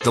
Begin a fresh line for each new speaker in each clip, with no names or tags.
The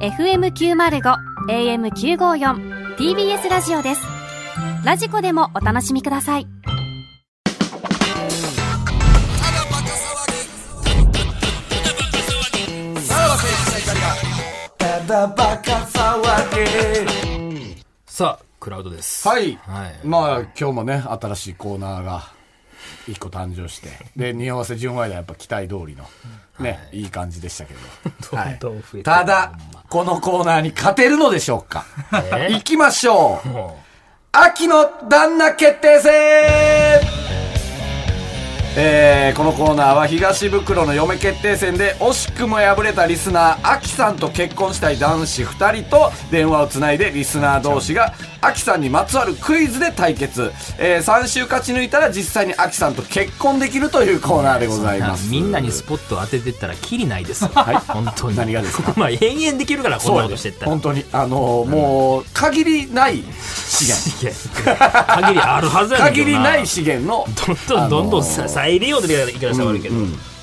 FM905 AM954 TBS ラジオですラジコでもお楽しみください
さあクラウドです
はい、
はい
まあ今日もね新しいコーナーが一個誕生してで匂わせ純愛だやっぱ期待通りのね、い、い感じでしたけど、はい
どんどん増えてる
ただこのコーナーに勝てるのでしょうか
え
行きましょう
も
秋の旦那決定戦えーこのコーナーは東袋の嫁決定戦で惜しくも敗れたリスナー、アキさんと結婚したい男子2人と電話をつないでリスナー同士がアキさんにまつわるクイズで対決。え3週勝ち抜いたら実際にアキさんと結婚できるというコーナーでございます。
うみんなにスポット当ててったらキリないですよ、本当に
何がですか
ここまあ延々できるからこん
そう
な
や
こ
で
としてったら
本当に、あのーもう、限りない資
い
源。
や限りあるはずやねんけ
限
ど
りない資源の、
どんどんどんどん
あのー
さ再利用できない方が悪いけど、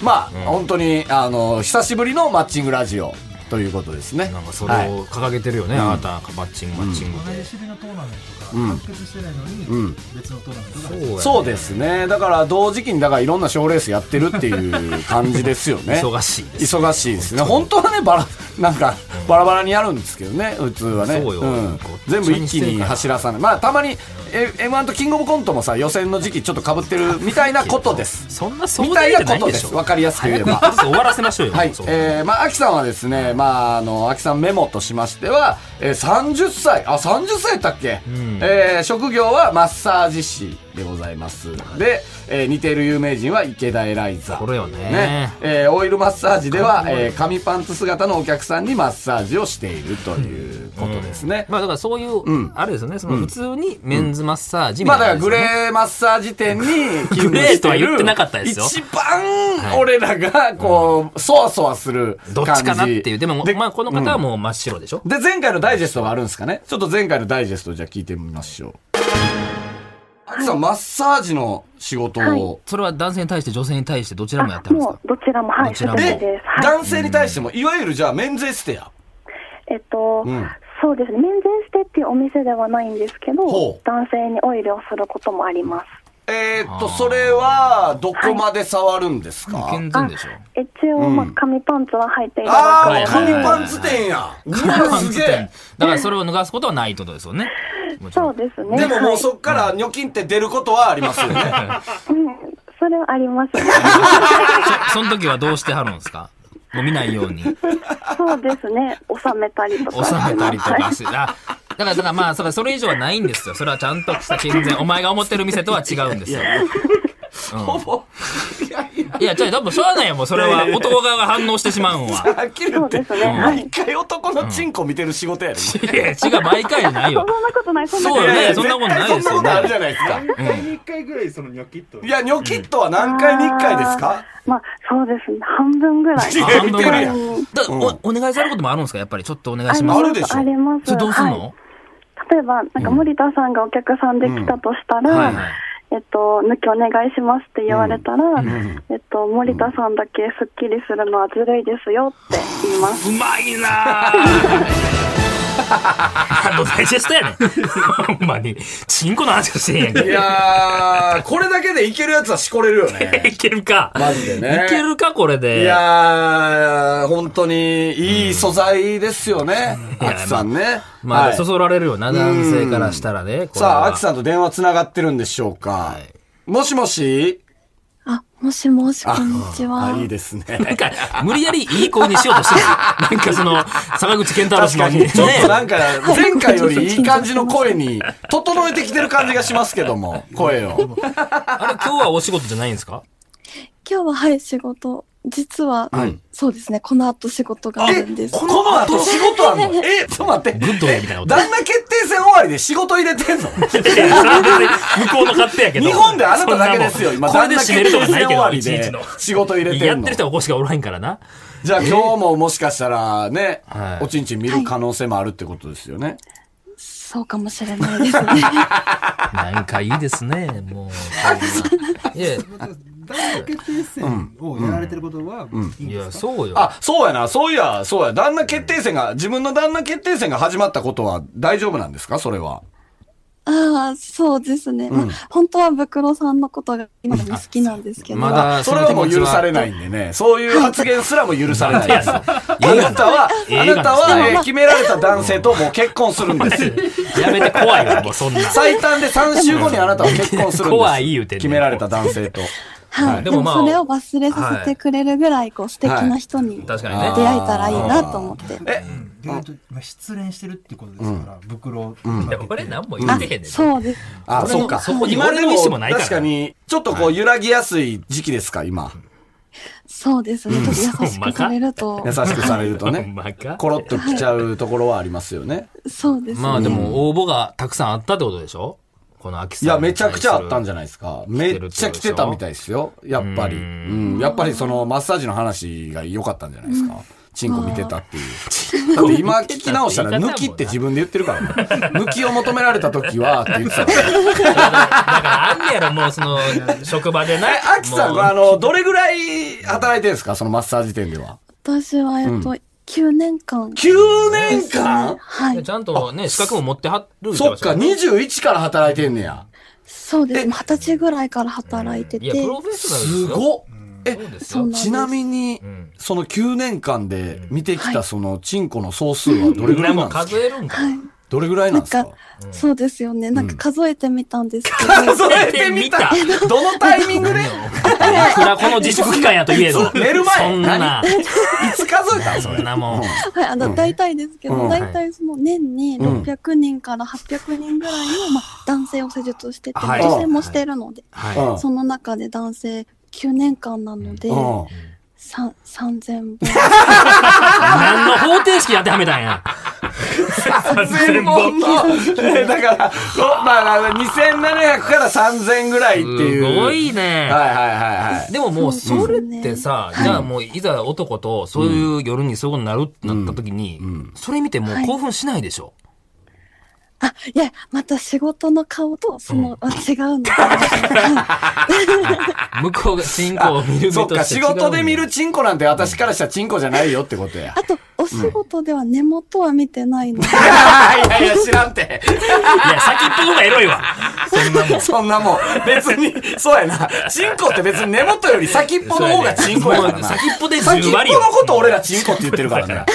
まあ、本当に、あの、久しぶりのマッチングラジオということですね。
なんかそれ
はい
を掲げてるよね、あなたなんかマッチングマッチングで、
種類のトーナメントが完結してないのに、別のトーナメントが
そうやね
そうですね。だから、同時期に、だからいろんな賞レースやってるっていう感じですよ ね。
忙しいです
忙しいですね。本当はね、バラ、なんか、バラバラにやるんですけどね、普通はね。
そうよ
ん
こっちに
全部一気に走らさない。まあ、たまに、え M1 とキングオブコントもさ、予選の時期ちょっと被ってるみたいなことです。
そんな壮
みた
大
い
じゃ
な
な
こ
い
と
で
で
しょ
す。わかりやすく言えば。
早く終わらせましょうよ、
はい
そう、
えー、まあ、秋さんはですね、まあ、あの、秋さんメモとしましては、えー、30歳、あ、30歳だっけ、えー職業はマッサージ師でございます。で、えー似ている有名人は池田エライザ。
これよね
えーオイルマッサージでは、えー紙パンツ姿のお客さんにマッサージをしているということですね。
まあだからそういう、あれですよねその普通にメンズマッサージみ
ま
た
あ
いな
だから
感じで
グ
すよね、
レーマッサージ店に勤務
グレーとは言ってなかったですよ
一番俺らがこう、そわそわする感じ。
どっちかなっていうでも
で
まあこの方はもう真っ白でしょ、
で、前回のダイジェストがあるんですかね。ちょっと前回のダイジェストをじゃあ聞いてみましょう。アキさん、マッサージの仕事を。
はい
それは男性に対して女性に対してどちらもやってるんです
も
か
うどちらも、は
ど
い、
ち
す
ら
べ
も
て
で
です。、はい。
男性に対しても、いわゆるじゃあ、メンズエステや。
えっと、
ん
そうですね、免税してっていうお店ではないんですけど
ほう、
男性にオイルをすることもあります。
えー、っと、それは、どこまで触るんですか、
健全でしょ
一応、まあ、紙パンツは履いていた
あ
だ
あ、
い
く
も
は
う
い
紙
はい
パンツ店や。うわ、
パン
す
ツ
げえ
店。だからそれを脱がすことはないってことですよねもちろん
そうですね。
でもも
は
う
い、
そっからニョキンって出ることはありますよ ね。
うん、それはあります ね。
そその時はどうしてはるんですかもう見ないように収
そうですね、収めたりとか。
めたりと
は
か
い
しあだからだからまあそれそれ以上はないんですよそれはちゃんとした健全お前が思ってる店とは違うんですよ
ほぼ。いやいや。
いやじゃあ多分しょうがないよもうそれは男側が反応してしまうんは
はっきり言
そう
って
で、すね、はい
一。回男のチンコ見てる仕事やで。
いや違う毎回じゃない
そ
よ
んなことない、そんなこ
そう
と
よ
ない。
ねそんなことないですよね
そんなことあるじゃないですか。
何回に1回ぐらいそのニョキッと
いや、ニョキットは何回に1回ですか
まあ、そうですね、半分ぐらい。
いや見てるやん
うん
だおお願いされることもあるんですかやっぱりちょっとお願いしま
あ
す
るでしょ
あります。
それどうすんの、
はい例えば、なんか森田さんがお客さんで来たとしたら、
うんはいはい
えっと、抜きお願いしますって言われたら、えっと、森田さんだけスッキリするのはずるいですよって言います。
うまいな ぁ。ハンドダイジェストやねん。 ほんまに。チンコの話がしてへんやん
い
け。
やー、これだけでいけるやつはしこれるよね。
いけるか。
マジでね
いけるか、これ
い
で。
やー、本当にいい素材ですよね。
うん
アキさんね。
ま
は
あ、
い
そそられるよな、男性からしたらね。これは
さあ、アキさんと電話つながってるんでしょうか。もしもし
あ、もしもし、こんにちは。
あ、いいですね。
なんか、無理やりいい声にしようと してる。なんかその、坂口健太郎
確
氏
か
の
に、
ね。
ちょっとなんか、前回よりいい感じの声に、整えてきてる感じがしますけども、声を。
あれ、今日はお仕事じゃないんですか
今日は、はい、仕事実は、
はい
そうですね、この後仕事があるんです。
この後仕事あんのえ、ちょっと待って。
グッドウェイみたいなこと
旦那決定戦終わりで仕事入れてん の
向こうの勝手やけど。
日本であなただけですよ、
そんな
今。
もんこれで
旦那
締め
決定
るとか
戦
な
終
いけ
わ
ど、
り
一日
で
の。
仕事入れて
やっ
ん
て
の
る。人はここしかおらへんからな。
じゃあ今日ももしかしたらね
は、い
おちんちん見る可能性もあるってことですよね。
そうかもしれないですね。
なんかいいですね、もう。いや、
大学決定戦をやられてることはいいん
い
で
や、
すか、
そうよ。
あ、そうやな、そういや、そうや。旦那決定戦が、自分の旦那決定戦が始まったことは大丈夫なんですかそれは。
ああ、そうですね。まあ本当はブクロさんのことが今でも好きなんですけど、
まだ、
それはもう許され
い。
ないんでね。そういう発言すらも許さ れないです。あ
や
なたは、
映画なん
あ
です
なたは、
でも
え
ま
ー
あ
決められた男性ともう結婚するんです。
やめて怖いわ、もうそんな。
最短で3週後にあなたは結婚するんです。
怖い言うてんねん
決められた男性と。
はい、
で
で
も
も
まあ
それを忘れさせてくれるぐらい、こう、素敵な人に出会
確かに
あ
ね
ー。
えたらいいなと思って。
え、
でえっと今失恋してるってことですから、袋
でもこれ何も言っ
あ
てへんねん。、
そうです。
あ、
俺も
そうか。
そこに
今で
俺の
も
意思もないから
確かに、ちょっとこう揺らぎやすい時期ですか、今。
そうですね。ちょっと優し
ほんま
く
か
されると
優、しくされると
ほん
ね。
まか
コロッときちゃうところはありますよね。
そうですね。
まあでも応募がたくさんあったってことでしょこの秋さん。
いや、めちゃくちゃあったんじゃ
ない
ないですか。めっちゃ来てたみたいですよ。やっぱり。うん。やっぱりそのマッサージの話が良かったんじゃないですか。チンコ見てたっていう。だって今聞き直したら、抜きって自分で言ってるからね。抜きを求められた時は、って言ってたから。
だからあんねやろ、もうその、職場でな。
え、アキさん
もう
は、あの、どれぐらい働いてるんですかそのマッサージ店では。
私は、えっと、9年間。
9年間
はい
や
い
ち。ゃんとね、資格も持ってはる言って
そ
ま
っ
した
か、
よ
21から働いてんねや。
そうです。二十歳ぐらいから働いて
いや、
て。
プロフェッショナルです
す
よ。
ごっえ、
そうです
そう
よ。
なんです
ちなみに、その9年間で見てきたそのチンコの総数はどれ
み
ぐ
ん
ら
ない
な
もう
んです
数
か
えるんか。
どれぐらいな
なんん
ですか
か、そうですよね。なんか数えてみたんですけど。
数えてみた
数え
どのタイミングでい
いくらこの自粛期間やといえど。
寝る前
そんな、
つ数えたん そ
そ
れ。
んなもん。
はい、あの、大体ですけ
うん
ど、大体その年に600人から800人ぐらいの、まあ、男性を施術してて、
はい
女性もしてるので、
は
その中で男性9年間なので、
うんうん
さん3000本。
い。何の方程式当てはめたんや。
全本の、えだから、ろまあ、2700から3000ぐらいって
す
いう。
ごいね。
はいはいはいはい。
でももうそ
そう
れ
で
っ
すね
てさ、じゃあもういざ男とそういう夜にそういうことになるってなった時に、それ見てもう興奮しないでしょ。
あ、いや、また仕事の顔と、その、あ違うの。はい
向こうが進行を見る目として
そっか、
違
仕
うんだ
事で見るチンコなんて私からしたらチンコじゃないよってことや。
あと、お仕事では根元は見てないので、
いやいや、知らんて。
いや、先っぽの方がエロいわ。そんなもん。
そんなもん、別に、そうやな。チンコって別に根元より先っぽの方がチンコやからな。
そうやね先っぽで
先っ
10
ぽ
割よ
のこと俺らチンコって言ってるからね。うん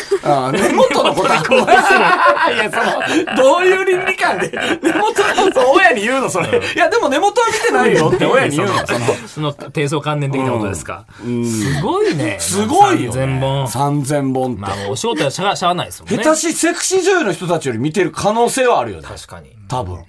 根元のことはこういや、その、どういう倫理観で、根元のこと親に言うの、それ。いや、でも根元は見てないよって親に言うの、その。
その低層観念的なことですか。すごいね。
すごいよ、ね。
3000本。
3000本って。
まあもうお仕事はしゃあしゃあないですもんね。
下手しセクシー女優の人たちより見てる可能性はあるよね。
確かに。
多分。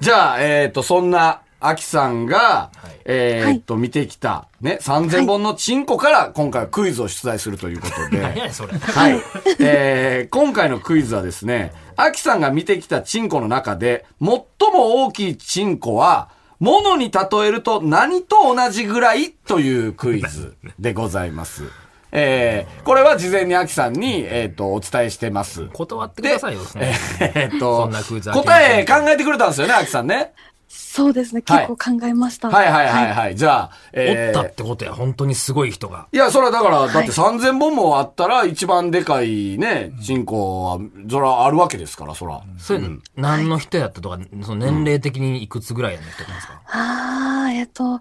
じゃあ、えっ、と、そんな、アキさんが、えっ、と、見てきた、ね、3000本のチンコから、今回はクイズを出題するということで、
何やねんそれ。
はい。えー、今回のクイズはですね、アキさんが見てきたチンコの中で、最も大きいチンコは、物に例えると何と同じぐらいというクイズでございます。えー、これは事前にアキさんに、えっ、と、お伝えしてます。
断ってくださいよ。その
えっと
そんなクイズ、開けま
答
せ
え
ん
考えてくれたんですよね、アキさんね。
そうですね、
はい
結構考えました。
はいはいはいはい。じゃあ、
お
え
った
ー
ってことや。本当にすごい人が。
いや、それはだから、だっ
い
て3000本もあったら、一番でかいね、人口は、そらあるわけですから、そら。
それ、何の人やったとか、その年齢的にいくつぐらいの人なんですか
ああ、えっと、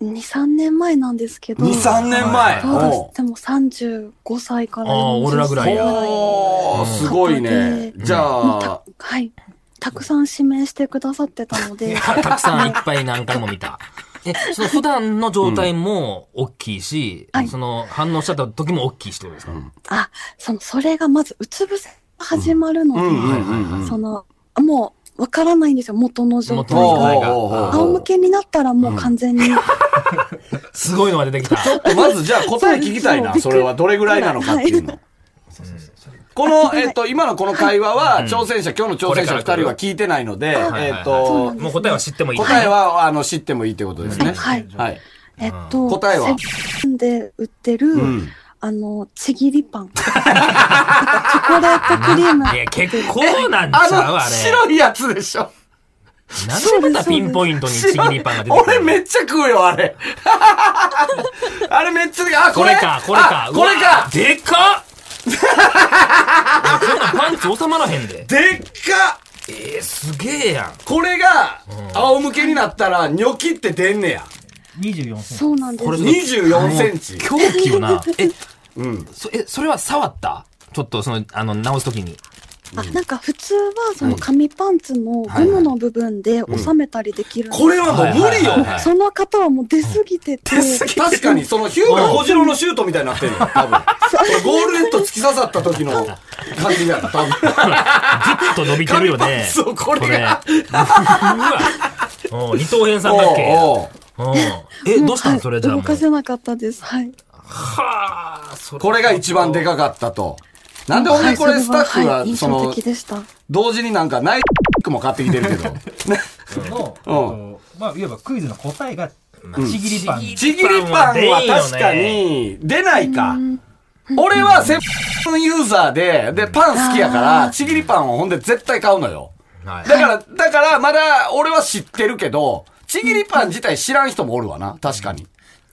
2、3年前なんですけど、
2、3年前。
そうで
おう
す。でも35歳から
ああ
40
俺らぐらいや
歳
おーすごいね。
うん
じゃ
もうた
あ、
はい。たくさん指名してくださってたので、
たたくさんいっぱい何回も見た。え、その普段の状態も大きいし、
はい
その反応しちゃった時も大きいしってことですか、
あ、その、それがまず、うつ伏せが始まるので、その、もう、わからないんですよ、元の状
元
態
の状態
が。
が。
おうおうおうおう
仰向けになったらもう完全に、
すごいのが出てきた。
まずじゃあ答え聞きたいな。それはどれぐらいなのかっていうの。この、えっと、今のこの会話は、挑戦者、今日の挑戦者2人は聞いてないので、
はい
えっ
そうな
と
ん、です
もう答えは知ってもいい。
答えは、あの、知ってもいいってことですね。
はい
はい。
えっと、
答えは
セブンで売ってる、
ん
あの、ちぎりパン。 チョコレートクリーム。
いや、結構なんち
あ
ゃう
の、
あれ。
白いやつでしょ。
なんでまたピンポイントにちぎりパンが出てくる
俺めっちゃ食うよ、あれ。 あれめっちゃ、あ、こ
こ
れ
れか、これか
あ。これ
うわ
か
でかっいやそんなパンツ収まらへんで。
でっか
えー、すげえやん。
これが、仰向けになったら、ニョキって出んねや。
24センチ。
そうなんです。
24センチ。
狂気よな。え、
うん。
そ、え、それは触ったちょっとその、あの、直すときに。
あ、なんか普通は、その紙パンツのゴムの部分で収めたりできるんです
これはもう無理よ。
はい
その方はもう出過ぎてて、
確かに、そのヒューガ小次郎のシュートみたいになってるよ、多分。ゴールネット突き刺さった時の感じだよ、 多分。
ちょっと伸びてるよね。
そう、これが。
うわ。うん、二等辺三角形や。
おうお
う
う
ん。え、どうした
は
ん
い
それじゃあも
動
う。
かせなかったです。はい。
はあ、それ
これが一番でかかったと。なんでほんでこれ
はい
スタッフ
は
が
い、印
そ
象
の
的、でした。
同時になんかナイックも買ってきてる けど。
の、えっ
うん
とまあ、いわばクイズの答えが、ちぎりパン。
ちぎりパンは確かに出ないか。俺はセブンユーザーで、で、パン好きやから、ちぎりパンをほんで絶対買うのよ。
はい
だから、だからまだ俺は知ってるけど、ちぎりパン自体知らん人もおるわな。確かに。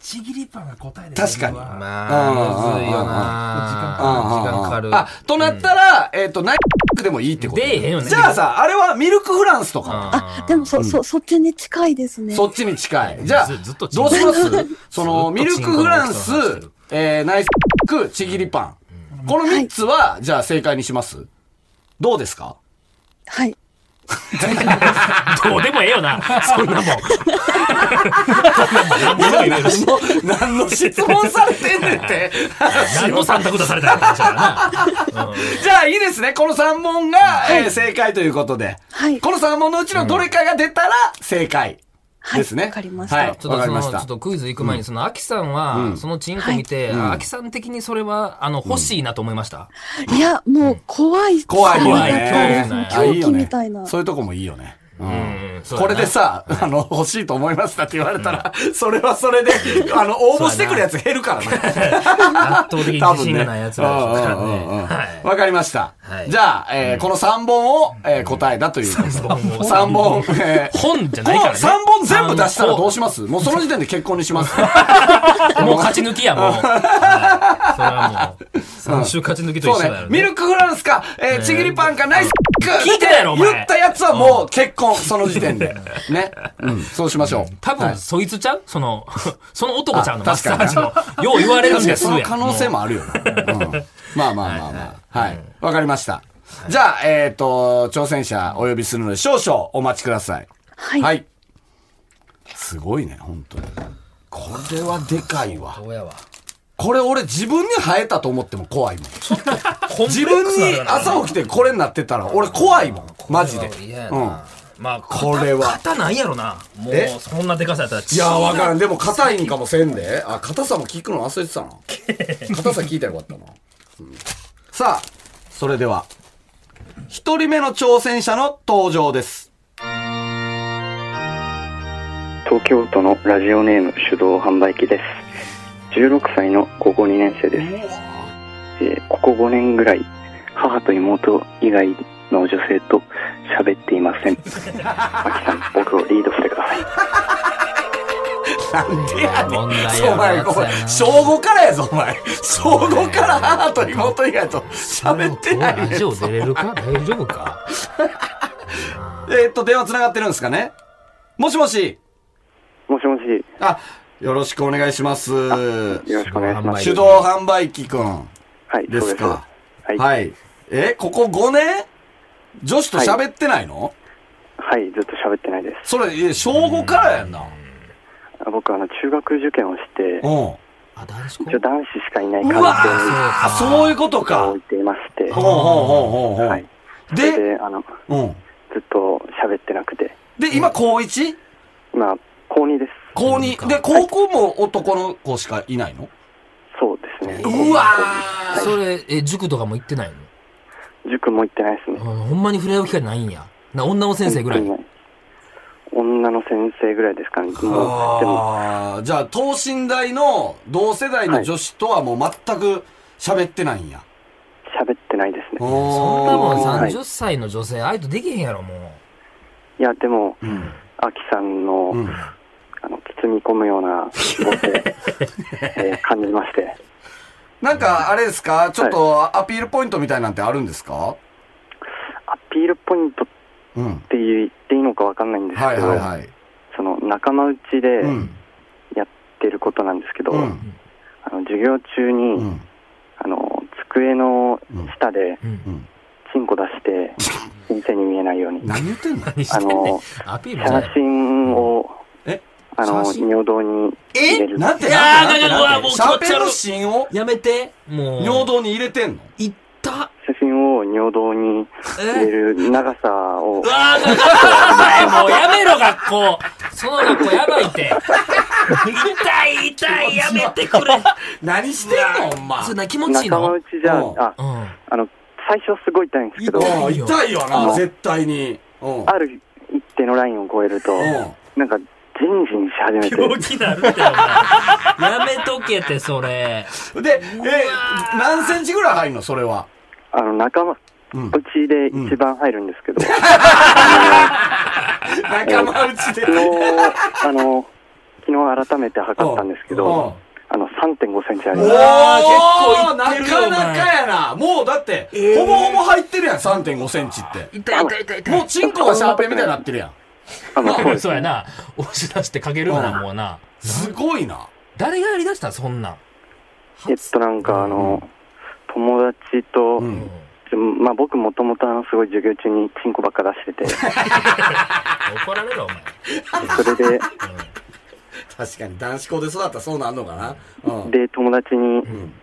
ちぎりパンが答えで
確かに
まあ、むずいよ
うん
な。時間かかる。
あ、となったら、えっと、ナイックでもいいってこと。
出えへんよね
じゃあさ、あれはミルクフランスとかは。
あ、でもそ、そ、そっちに近いですね。
そっちに近い。じゃあ、
ずずっと
どうしますその、
ずっとチ
ミ
ン
ル
コ
クフランス
の大きさの話してる、
えー、ナイスク、ちぎりパン。この3つは、じゃあ正解にしますどうですか
はい。
どうでもええよな。そんなもん。
何の質問されてんねんって。
何の三択出されたかって話だから
じゃあいいですね。この3問が、えー正解ということで。
はい
この3問のうちのどれかが出たら正解
はい
ですね。
わかりました
はい、わ
ちょっ
か
と
り
そ
ま
の、
し
ちょ
た
っ。とクイズ行く前に、その、アキさんは、そのチンコ見て、あアキさん的にそれは、あの、欲しいなと思いました。
いや、もう怖い。
怖いよね。
怖い
あいいよ
狂気
ね
みたいな
そういうとこもいいよね。うん
うんそうや
こ
な
れでさ、あの、欲しいと思いましたって言われたら、それはそ れで、あの、応募してくるやつ減るからね。
圧倒的に
多
自
分
信
ね。
がない奴らですから
うんうんうんうん
ね。はい。
わかりました
は。い
じゃあ、えーこの3本をえー答えだということで。
本を
3本。えー
本じゃ
こ
ない
の
からね。
3本全部出したらどう
し
しますもうその時点で結婚に します。
もう勝ち抜きや、もう。はいそれはもう、三週勝ち抜きと
そう
一緒だ
ね
よ。
ミ
ね。
ルクフランスか、えーちぎりパンか、ナイスク
聞いてないやろお前
言ったやつはもう結婚、その時点で。ね。うん、そうしましょう。
多
はい
分、そいつちゃうその、その男ちゃうの、
あ
マッ
確
サ
か
ー
に
ジの。よう言われるん
確か
で
に
す
その可能性もあるよな。うんまあまあまあまあ。はい。わかりました。じゃあ、えっと、挑戦者お呼びするので少々お待ちください。
はい。
はい。すごいね、本当に。これはでかいわ。
親は。
これ俺自分に生えたと思っても怖いもん。自
自
分に朝起きてこれになってたら俺怖いもん。マジで。
嫌や
うん。
な。まあ、
これは
肩ないやろな。もう
え、
そんなでかさやったら血
いやーわからん。でも硬いんかもせんで。あ、硬さも聞くの忘れてたな。硬さ聞いたらよかったな。うんさあ、それでは、一人目の挑戦者の登場です。
東京都のラジオネーム手動販売機です16歳の高校2年生です、えーここ5年ぐらい母と妹以外の女性と喋っていま せんマキさん僕をリードしてください
なんでやねん。
問題やな
そうお前、これ、小5からやぞ、お前。小5から母と妹以外と喋ってないねん
ラジオ出れる か大丈夫か
えーっと、電話繋がってるんですかねもしもし。
もしもし
あ、よろしくお願いします。
よろしくお願いします
手動販売機くん
はいそう
で
ですす
か。
はい、はい
はい。え、ここ5年女子と喋ってないの、
ずっと喋ってないです
それ、え小5からやんな。
あ僕あの中学受験をして
うん。う
あ、男子校
一応男子しかいない環
わあそういうこと
境に
か
置い。ていまして
ほうほうほうほうほう。
はいそれ
で、
であの
うん。
ずっと喋ってなくて
で、今、高 1?
今高2です
高2。で、高校も男の子しかいないの
そうですね。
うわー
それ、え、塾とかも行ってないの
塾も行ってないです
あ
ね。
ほんまに触れ合う機会ないんや。な、女の先生ぐらい。
本当にない女の先生ぐらいですかね。もう、でも、
ああ、じゃあ、等身大の同世代の女子とはもう全く喋ってないんや。
喋ってないですね。
そんなもん
あー
30歳の女性、あいとできへんやろ、もう。
いや、でも、
うん。
アキさんの、
うん
あの、包み込むような母 性、えー感じまして。
なんか、あれですかちょっとアピールポイントみたいなんてあるんですか
アピールポイントっ
うん。
て言っていいのかわかんないんです
は
け
い
ど、
はいはい。
その、仲間内で
うん。
やってることなんですけど、
うん。
あの、授業中に、
うん。
あの、机の下で、
うん
うん。
チンコ出して、先生に見えないように。
何言ってんの
何してんねん。アピールじゃな
写
い。
真を、
え
あの、
写真
尿道に入れ
え
る。
なんて
いや
な
ー
んて
だから
な
うわも
んて
う
シャーペンの芯を
やめて。もう。
尿道に入れてんの
行った。
写真を尿道に入れ
え
る長さを
う、わー、学校もうやめろ、学校。その学校やばい って。痛い、痛い、やめてく れ。
何してんのお前。
そんな気持ちいい
仲間
の
内じゃ、
うん
あ、
うん。
あの、最初すごい痛いんですけど、
い
うん痛いよな、
うん
絶対に。うん。
ある一定のラインを超えると、なんか、ジンジンし始めて、
病気なるって、お前。やめとけって、それ。
うん。で、え、何センチぐらい入るのそれは。
あの、仲間
うん。
内で一番入るんですけど、
仲間内で。
昨日、あの、昨日改めて測ったんですけ
うん
ど、あの、3.5センチあり
おー
ます。
あー
な
結構いってるよ
かなかやな。もうだって、ほぼほぼ入ってるやん、3.5センチって。
痛い、痛い、痛い、痛い。
もうチンコがシャーペンみたいになってるやん。
あの、そうです
そうやな。押し出してかけるよ
う
な、
ん
もうな。
すごいな。
誰がやりだしたんそんなん。
えっと、なんか、あの、友達と、
う
う
ん
ん
まあ僕もともとあのすごい授業中にチンコばっか出 してて、
怒られる、お前。
それで、
確かに男子校で育ったらそうなんのかな。うん。
で、友達に、
ん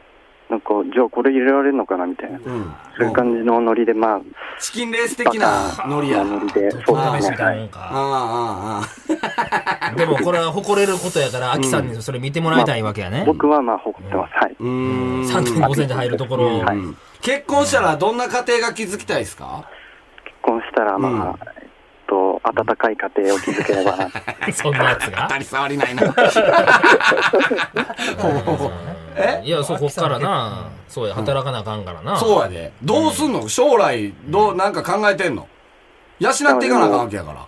なんか、じゃあこれ入れられるのかなみたいな、
うん。
そういう感じのノリで、まあ、
チキンレース的なノリや。
ノリで、
お
そうで
試
す
し
ね
み、た
は
な
い。
いもんか。
ああ、ああ、ああ。。
でもこれは誇れることやから、アキさんにそれ見てもらいたいわけやね。
僕はまあ誇ってます、はいう
ーん。
3.5センチ入るところを。
はい
結婚したらどんな家庭が築きたいですか
結婚したら、まあ、えっと、温かい家庭を築けれ ばな。
そんなやつが
当。たり障りないな。
えいや、そう、こっからな。そうや、働かなあかんからな。
そうやで。どうすんの将来、どう、なんか考えてんの養っていかなあかんわけやから。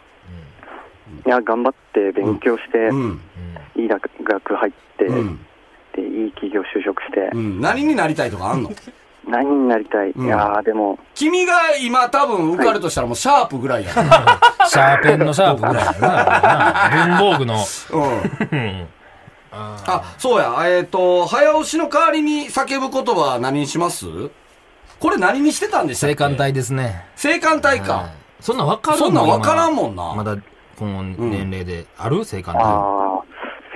いや、頑張って勉強して
う、ん。
いい大学入って、
うん。
で、いい企業就職して
う、ん。何になりたいとかあ んの
何になりたい。い
うん
やー、でも、
君が今多分受かるとしたらもうシャープぐらいや から。
シャーペンのシャープぐらいやな。 文房具の。
うん。あ、そうや。えっ、と、早押しの代わりに叫ぶ言葉は何にしますこれ何にしてたんでしたっ
青
け
函。隊ですね。
青函隊
はい
か。
そんなん分かる
そんなん分からんもんな
今まだ、この年齢で。ある青函
あ
隊。
あ、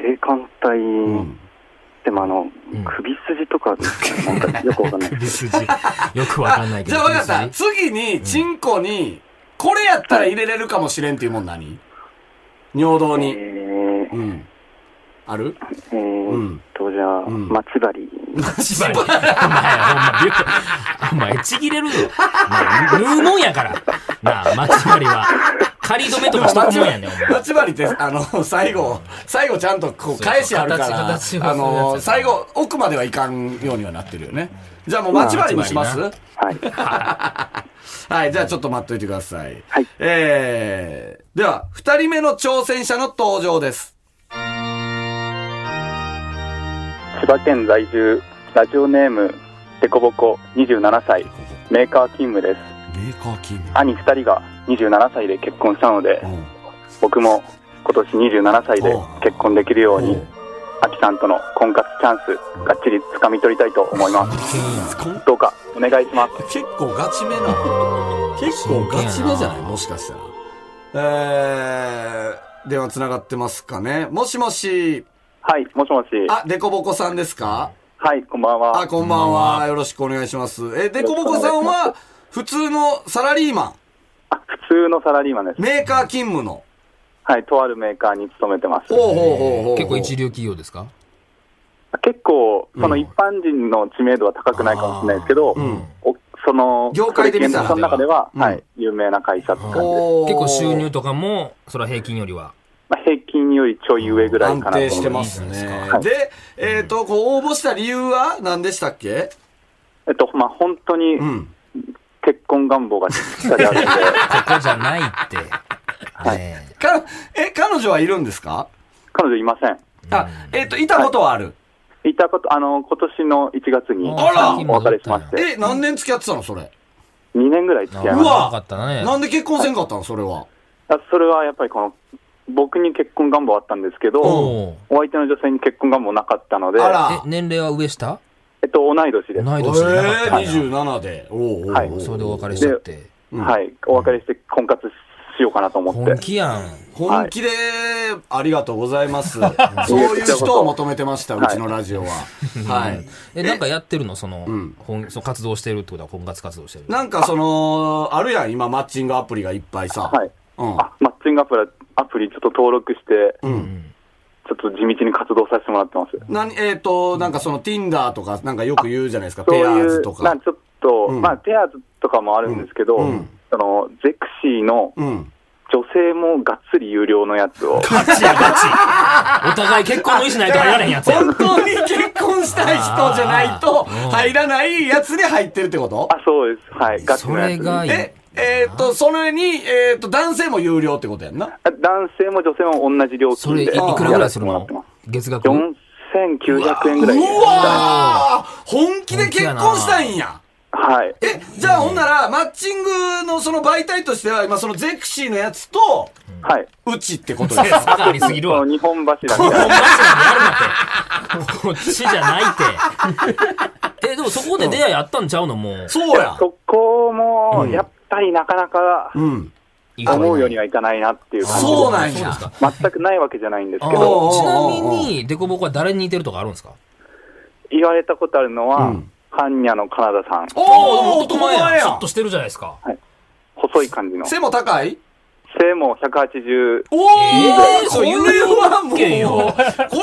性感帯、
うん。
でもあの、
ん
首筋 とか、なんかよくわかんない。
首筋。 よく分かんないけ
じ
ど。
ゃあ分かった。
首筋
次に、チンコに、これやったら入れれるかもしれんっていうもん何尿道
え
に。
ー、
うん。ある
えーっと、じゃあ、
ん
待ち針。
縛り。お前、ほんま、ビュッお前、ちぎれるぞ。お前縫うもんやから。なあ、待ち針は。仮止めとかしとくもんやねん、お前。
待ち針って、あの、最後、最後ちゃんとこ
そ
う
う
返しあるから、
形形を
あ
するやつ
の、
や
最後、奥まではいかんようにはなってるよね。じゃあもう待ち針にします、
はい。
はい、じゃあちょっと待っといてください。
はい
えー、では、二人目の挑戦者の登場です。
千葉県在住ラジオネームデコボコ27歳メーカー勤務です
メーカー勤
兄2人が27歳で結婚したので僕も今年27歳で結婚できるようにアキさんとの婚活チャンスがっちり掴み取りたいと思いますどうかお願いします
結構ガチめな。結構ガチめじゃないもしかしたら。えー、電話繋がってますかねもしもし、
はいもしもし
あ、デコボコさんですか
はいこんばんは
あ、こんばんは。よろしくお願いします。え、でこぼこさんは、普通のサラリーマ
あ普通のサラリーマンで
ン、
す
メーカー勤務の。
はい、とあるメーカーに勤めてます。
ほうほうほうほう。
結構一流企業ですか
結構、その一般人の知名度は高くないかもしれないですけど、おその、
業界で見たら
その中では、
うん
はい、有名な会社って感じです。
おー
結構収入とかも、それは平均よりは。
まあ、平均よりちょい上ぐらい
安
かなと思い
定
ます。
して
いい
ますね
じゃないで。
で、えっ、と、こう応募した理由は何でしたっけ
えっと、まあ、本当に
うん。
結婚願望がしっかりあ るんで、
ここじゃないって。ねえ
か、え、彼女はいるんですか
彼女いません。
あ、えっ、と、いたことはある。
いたこと、あの、今年の1月に
あら
お別れしまして、
え、何年付き合ってたのそれ。
2年ぐらい付き合いま
う
し
わ
長かったね。
なんで結婚せんかったのそれは。
た。それはやっぱりこの、僕に結婚願望あったんですけど、お
おう
相手の女性に結婚願望なかったので、
あ
え
ら、。
年齢は上下
えっと、同い年です。
同
え
い
ー、
年じゃなかったんや
27で。おうおうおう
はい
それでお別れしちゃって。
はい。お別れして婚活しようかなと思って
本。気やん。
本気で、ありがとうございます。 そういう人を求めてま した、うちのラジオは。はい。
え、なんかやってるのその、本その活動してるってことは婚活活動してる。
なんかその、あるやん、今、マッチングアプリがいっぱいさ。
はい。
うん。
あ、マッチングアプリ、アプリちょっと登録して、ちょっと地道に活動させてもらってます。
何、えっ、と、なんかその Tinder とか、なんかよく言うじゃないですか、
そう
ペアー
い
ズ
う
と、か
なん。ちょっと、
うん
まあ、ペアーズとかもあるんですけど、
うん
その、ゼクシーの
うん。
女性もがっつり有料のやつを、
ガチやガチ。お互い結婚の意思ないと入られへんやつや。
本当に結婚したい人じゃないと入らないやつに入ってるってこと
あ、そうです。はい。ガチ
そ
の
れ
やつ。
がいい。
え、えっ、と、それに、えっ、と、男性も有料ってことやんな。
あ男性も女性も同じ料
そ
金
れいい
で。
くらぐらいする
や
の
らせてもらって
月額。
ます4900円ぐ
う
らいで
わー本気で結婚したいんや。
はい。
え、じゃあほんなら、マッチングのその媒体としては、今そのゼクシーのやつと、
はい。
うちってことです
バカありすぎるわ。
そ
本
の日本柱みたいな。
柱でやるなって。こっちじゃないって。え、でもそこで出会いあったんちゃうのもう。
そうや。
そこも、やっぱりなかなか
うん。
いい人がいない
思うようにはいかないなっていう感じで
そうなんや。
全くないわけじゃないんです
あ
けど、
ーちなみに、デコボコは誰に似てるとかあるんですか
言われたことあるのは、
うん
カンニャのカナダさん。
おー、
男
男
前や
前
ん。シ
や
ュッ
ん
と。してるじゃないですか。
細い感じの。
背も高い
背も180。
おー、
えー
これはもう、こ
そうい
れ
うわ
ク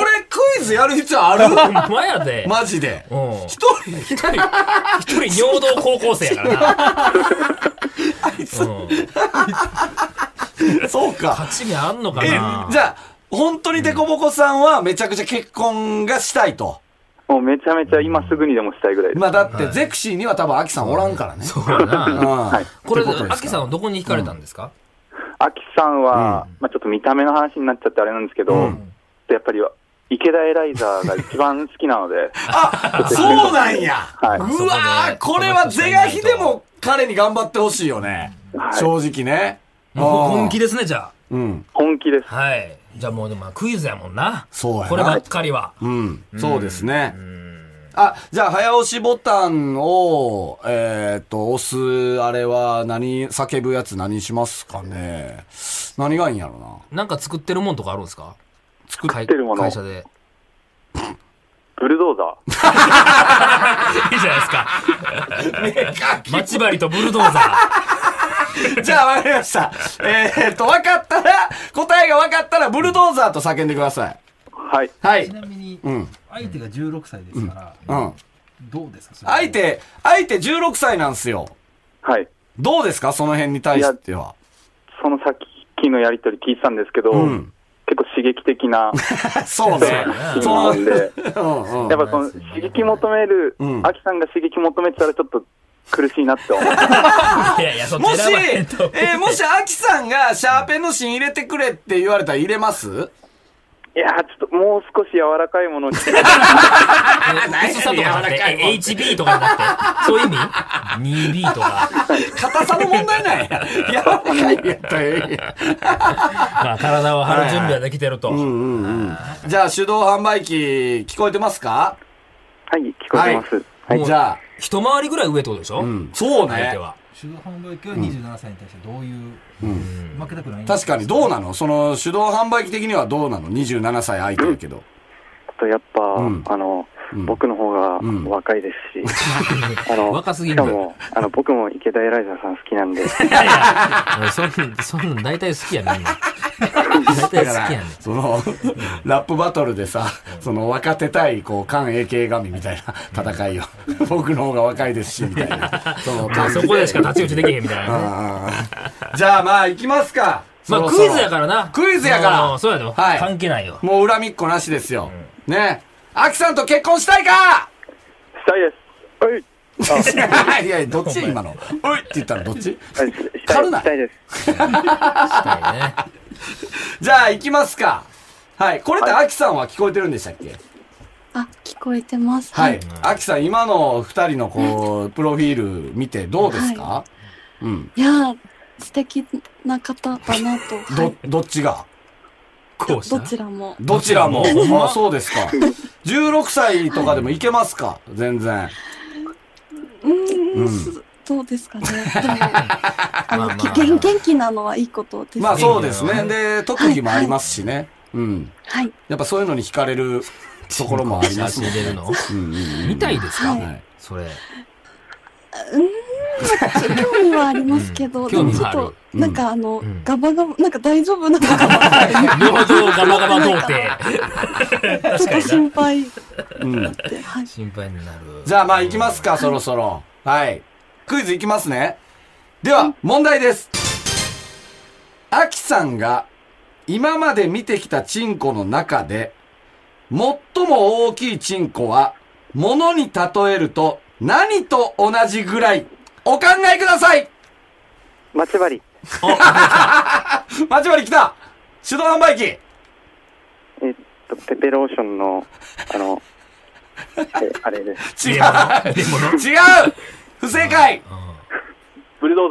イズやる必要ある
ほんまやで。
マジで。
うん。
一
一人、
人、
一人尿道高校生やからな。うん。
そうか。
勝ち目あんのか
え、じ
な
ゃあ、本当にデコボコさんはめちゃくちゃ結婚がしたいと。
もうめちゃめちゃ今すぐにでもしたいぐらいです。
まあだって、ゼクシーには多分アキさんおらんからね。
そうや
うん
な。これ、
ってとですか
アキさんはどこに惹かれたんですか
アキさんは、まあちょっと見た目の話になっちゃってあれなんですけど、やっぱり池田エライザーが一番好きな ので、
あ、そうなんや。
はいう
わー、これは是が非でも彼に頑張ってほしいよね。正直ね。
もう本気
で。
ですね、じゃ
うん。
本気です
あ。。はい。じゃあもうでもまあクイズやもんな。
そうやな
こればっかりは。
うん。そうですね。あ、じゃあ、早押しボタンを、えーっと、押す、あれは、何、叫ぶやつ何しますかね。何がいいんやろな。
なんか作ってるもんとかあるんですか作
ってるもの
会社で。
ブルドーザ
いいじゃないですか。待ち針とブルドーザ
じゃあ、わかりました。えーっと、わかったら、答えがわかったら、ブルドーザーと叫んでください。
ー。はい。
はい
ち。なみに
うん。
相手が16歳ですから、
うん。
どうですかそれ
相手、相手16歳なんすよ。
はい。
どうですかその辺に対しては。
そのさっきのやりとり聞いてたんですけど、
うん
結構刺激的な
そうね。
質問で、
うんうん
やっぱその刺激求める、
うん
アキさんが刺激求めてたらちょっと苦しいなって思って。
ー。いやいや、そっ
も
ち
し、
選ばれ
え
んと思う
ーもし、アキさんがシャーペンの芯入れてくれって言われたら入れます
いやー、ちょっともう少し柔らかいものに。
え薄さとかじゃなくて、え HB とかになって。そういう意味 ?2B とか。
硬さの問題ないや。 柔らかいやったらええや
まあ、体を張る準備はできてると。
んうんうんじゃあ、手動販売機、聞こえてますか
はい、聞こえてます。
はいじゃあ、
一回りぐらい上ってことでしょ、
うんそう
相手
ね。
は。
手動販売機は27歳に対してどういう、負けたくない
確かに、どうなのその、手動販売機的にはどうなの ?27 歳相手やけど。
ちょっとやっぱ、
うん
あの、
ん
僕の方が
ん
若いで すし、あの、
若すぎ
し
る
かも、あの、僕 も池田エライザーさん好きなんで、
いやいや、そんな、そんな、大体好きやみんな。絶対好きやねん。
その、ラップバトルでさ、その若手対、こう、関 AK 神みたいな戦いを。僕の方が若いですし、みたい な。その
まあそこでしか太刀打ちできへんみたいなね。
じゃあまあ、行きますか。
まあ
そろそ
ク
ろ
イズやからな。
クイズやから
うんそうやで。
はい
関係ないよ。
もう恨みっこなしですよ。ねアキさんと結婚したいか
したいです。はい。
い やいや、どっち今の。おいって言ったらどっち
はいしたい
軽ない
したいです。
したいね。
じゃあ行きますか。はい。これってアキさんは聞こえてるんでしたっけ
あ、聞こえてます。
はい。アキさん、今の二人のこう、プロフィール見てどうですかうん。
いやー、素敵な方だなと。はい
ど、どっちが
こうした。
どちらも。
どちらも。
どちらも
あ、そうですか。16歳とかでもいけますか全然。
うー、
うんん
すどうですかね。でも、
まあ
あ
ま
の
あ、
き元元気なのはいいことです。
まあそうですね。
うん
で、特技もありますしね。うん。
はい。
やっぱそういうのに惹かれるところもありま
足
すね。
入れるの
うんうんうん
見たいですか
はい
それ。
興味はありますけど、
うん
でも
興
ちょ
味
っ
はあ
と
る、
なんかあの、
ん
ガバガバ、なんか大丈夫なのか
明星ガバガバ童貞。
な、ちょっと心配に
うん
なって、はい。
心配にな る。
じゃあまあ行きますか、そろそろ。はい。クイズ行きますね。では、問題です。アキさんが今まで見てきたチンコの中で、最も大きいチンコは、ものに例えると何と同じぐらい、お考えください
待ち針。
まちまり来た手動販売機
えっと、ペペローションの、あ の、えあれです。
違う
でもの
違う不正解
ブルドー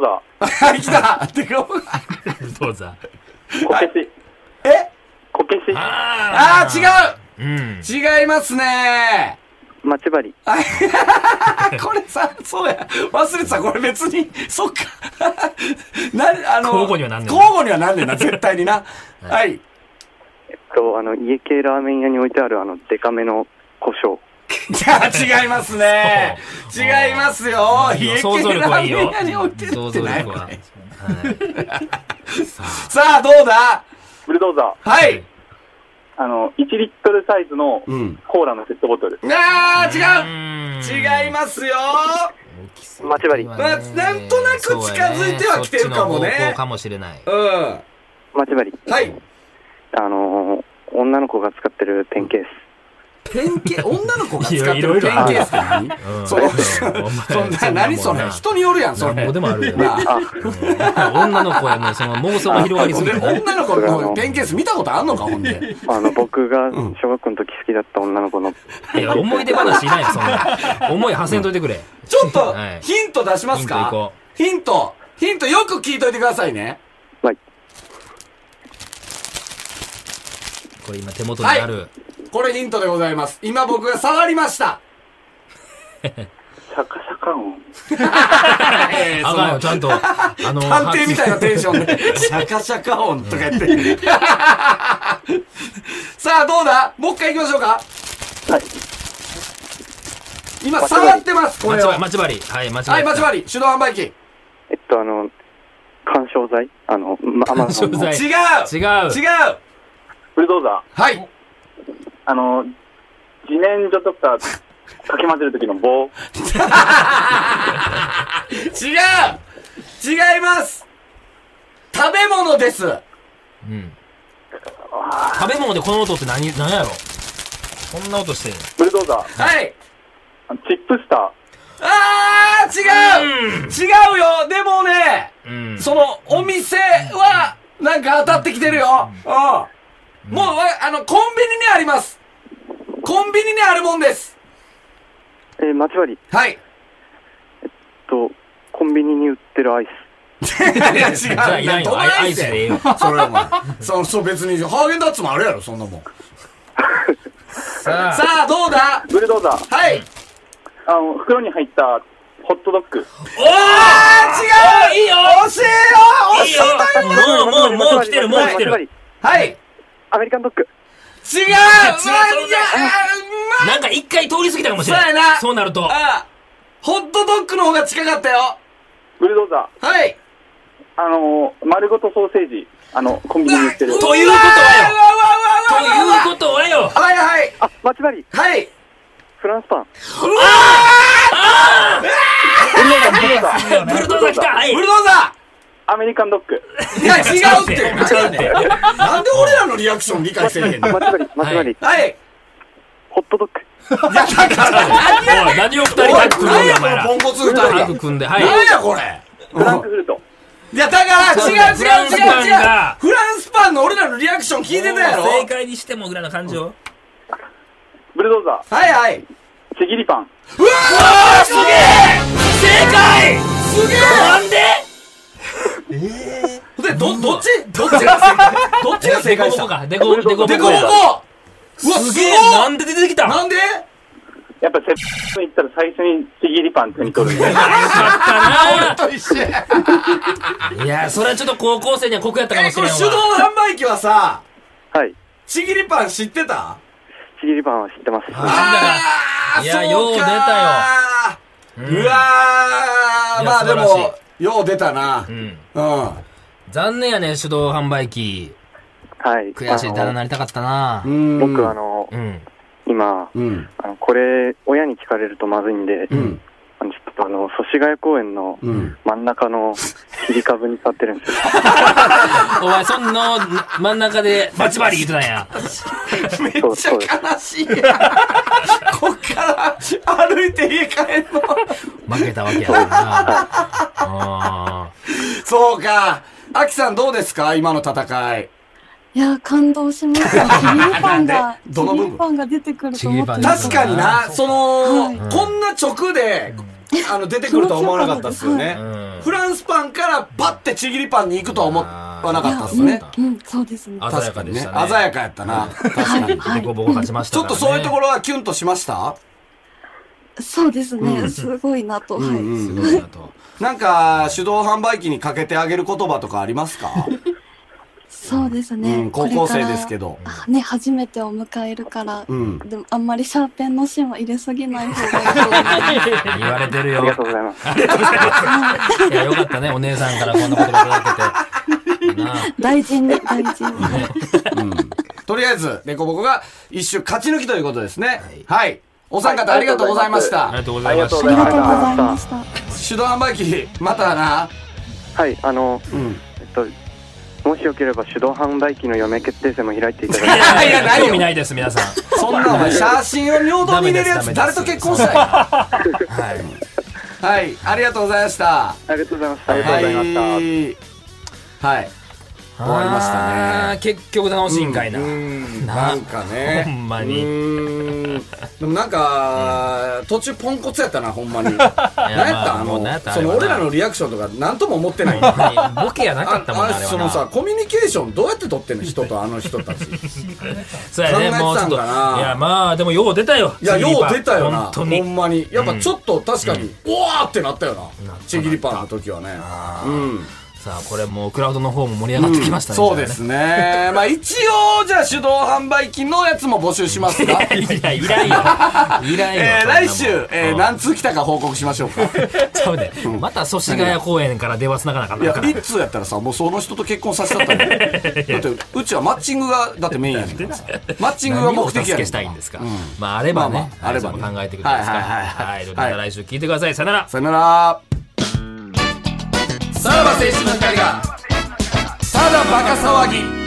ザ
はい、来たてか、
どうぞ。
ー、こけし、
え
こけし、
あ
あ
ー、
あ、うん。
違う違いますね
待ち針。
これさ、そうや。忘れてた。これ別に、 そっか。な、あの、
交互にはなんねんな
交互にはな んねんな、絶対にな。はい。
えっと、あの、家系ラーメン屋に置いてある、あの、デカめの胡椒。
じゃあ、違いますね。
そう
違いますよ。冷え
想像
系
力
ラ
はい
ー
い
メン
よ
屋に置いて。る
想
って
像
ない
力は。はい
さあ、どうだ
ブルドーザ
はい。
ー、あの、1リットルサイズの
うん
コーラのペットボトル。
あー、違う
違
違います よ
待ち針。
まあなんとなく近づいては来てるかも
そ
ね
っちの方向かもしれない。
うん。は
待ち針。
い。
あの、女の子が使ってるペンケース。
ペンケ、女の子が使っ
いや
て
いろ
る
い
ペ
ろ
ン
ある
ケースって 何
うん
その
お前
そんな、何そ
んなもんな
れ人によるやん、そ
なんぼ
れ
で。もあるよ。
なあ
女の子やね、その妄想が広がりすぎ
俺
るね。
女の 子のペンケース見たことあんのか、ほんで。
あの、僕が小学校の時好きだった女の子の、
いや、思い出話いないよ、そんな。思いはせんといてくれ。
ちょっと
はい、
ヒント出します
ヒント行
か
こ
ヒント、ヒントよく聞いといてくださいね。
はい。
これ今手元にあ
は
る。
これヒントでございます。今僕が触りました。
シャカシャカ音。
え
あかんよ、ちゃんと。あの、
探偵みたいなテンションで、 シャカシャカ音とか言って。 さあ、どうだもう一回行きましょうか。今、触ってます、これを。は
待ち針。はい、待ち針。
い、待ち針、手動販売機。違う
えっと、あの、干渉剤あの、まアマゾンの。
干渉剤違う
違う
ブルドーザ
はい。
ー、あの、自然薯とか、かき混ぜる時の棒。
違う違います食べ物です
うん。食べ物でこの音って何、何やろこんな音してる。
ブルドーザー、
はい
あのチップスタ
あー違う、違うよでもね、
うん。
そのお店はなんか当たってきてるよ、うんもうわあのコンビニにありますコンビニにあるもんです
えー、待ち針。
はい
と、コンビニに売ってるアイス。
いや違う
じゃあいらんよ。
ど
アイ
な
ア
い
イ
っ
スで
て
ええよ。
それはお前 そうそう別にハーゲンダッツもあるやろそんなもん
さあ
さあどうだ
ー、ブルドーザー、
はい
あの、袋に入ったホットドッグ。
おー
違う
いいよ
惜しいよ惜しい
いいよもう、もう、もう来てる、もう来てる。
待ち針
はい
アメリカンドッグ。
違う違う
なんか一回通り過ぎたかもしれ
そうや
な。
ない
そうなると。
ああ、ホットドッグの方が近かったよ。
ブルドーザ
はい。
ー、あのー、丸ごとソーセージ、あの、コンビニに売ってる。
ということはよということはよ
はいはい
あ、待ち針
はい
フランスパン。
あ
ブルド
あブルドー
ー
ザー来たはい
ブルドーザ
アメリカンドッグ。
ーいや、違うって
違うって
なんで俺らのリアクション理解せえへんの
待ち針、待ち針、
はい
ホットドッグ。
いや、だから、
おい何を二人タッグ組ん
何
で
や
お前ら
このポンコツ二人
タ
が
ッグ組んではい
何やこれ
フランクフルト。
いや、だから、違う違う違う違う
フランスパンが
フランスパンの俺らのリアクション聞いてたやろ
正解にしてもぐらいの感情
ブルドーザ
はいはい
ー、ちぎりパン。
うわーすげ
正解
えすげえ
なんで
で、ど、どっち どっちが正解どっちが正解した
デコボコかデコボコ
でこぼこうわ、
す
す
げ
げ
え
え
なんで出てきた
なんで
やっぱ、セットに行ったら最初にちぎりパン手に取るんで。
いやそれはちょっと高校生には酷やったかも
え、
し
こ
れ
れ
んわ
手動販売機はさ、
はい。
ちぎりパン知ってた
ちぎりパンは知ってます。
あ
いや
そうか
よう出
たよ。うわー、
いや
まあで
素晴ら
も、よう出たな。
う
うん。
ん
うん
残念やね手動販売機
はい。
悔しいだらな
あ
りたかったな
の僕、あの
う、ん
今、
うん。
あのこれ、親に聞かれるとまずいんで、
うん。
あのちょっとあの、祖師ヶ谷公園の
うん
真ん中の切り株に立ってるんですよ。
お前そんの真ん中でバチバリ言ってたんや
めっちゃ悲 しいやんこっから歩いて家帰んの。
負けたわけやからなあ
そうか。アキさんどうですか今の戦い。
いや、感動しました。チリパンが、
どの部分
チリパンが出てくると思って
チリパン
な
確かにな、そ
は
の
い、
こんな直で、あの、出てくるとは思わなかったっすよね
うん。
フランスパンからバッてちぎりパンに行くとは思わなかったっすね。
うん、うん、そうですね。
あ鮮や
確
か
か
で
に
し
ね。
たね
鮮やかやったな。
はい、は
デ
い
コ。ボコ勝ちまし
ち
た
ょ
か
っ
ら
と
ね
そういうところはキュンとしました
そうですね。すごいなと。はい。
すごいなと
なんか、手動販売機にかけてあげる言葉とかありますか
そうですね。
うん高校生ですけど
これから。あね、初めてを迎えるから、
ん
でもあんまりシャーペンの芯は入れすぎない方がいいと思います。
言われてる
あ
よ
りがとうございます。
いやよかったねお姉さんからこんなことがいただけてなあ
大事に、大事に。
とりあえず、デコボコが一周勝ち抜きということですね。はい。お三方ありがとうございまし
ありが
た。
とうござ
あ
い
り
ま
がとう
し
ご
あ
ざ
り
い
が
ま
とうございま
し
した。
手動販売機、またな。
た。はい、あの、
うん。
えっと、もしよければ手動販売機の嫁決定戦も開いていただ いて。
た
いやないよ
興味ないです皆さん
そんなお前、写真を尿道に入れるやつ、誰と結婚したい
はい
はい、ありがとうございました。
ありがとうございました。ありがとう
は
ございました。
い。はい。
終
わりましたね
結局楽しいんかいな、
うん
な
なんかね。
ほんまに
うーんでもなんか、途中ポンコツやったな、ほんまに。何やった
まあ
あ
もう何やったあ
の、
れは
その
な
俺らのリアクションとか何とも思ってない。
ほんまにボケやなか
あ
ったもん
あ
なあれは
その
な
さ、コミュニケーションどうやって取ってんの人とあの人たち。
そうやね、もう
考え
ちょ
てた
っ
ん
と。い
かな
や、まあ、でもよう出たよ。
いや、
チリ
よ
パ
う
ン
出たよな、
本当
ほ
に。
んまに。やっぱちょっと確かに、おーってなったよな。ちぎりパンの時はね。うん。
さあ、これもうクラウドの方も盛り上がってきましたね。
そうです ね。まあ一応、じゃあ手動販売機のやつも募集しますか。
みた いなね。いや、いらんよ。いらんよ。
えー、来週、えー、
なん
何通来たか報告しましょ うか。
ちゃうで。また、祖師ヶ谷公園から電話つながなあかん
い
な
や、
から。
一通やったらさ、もうその人と結婚させたった ら、だって、うちはマッチングが、だってメインやねんからさ。マッチングが
何をお
目
助
的やね
け
ん
した
から
いんですか。まあ、あれば
まあ
ね
ま。ああればね
皆さんも考えてください。
はいはいはいはい
はい。また来週聞いてください。さよなら。
さよなら。さらば青春の光が、ただバカ騒ぎ。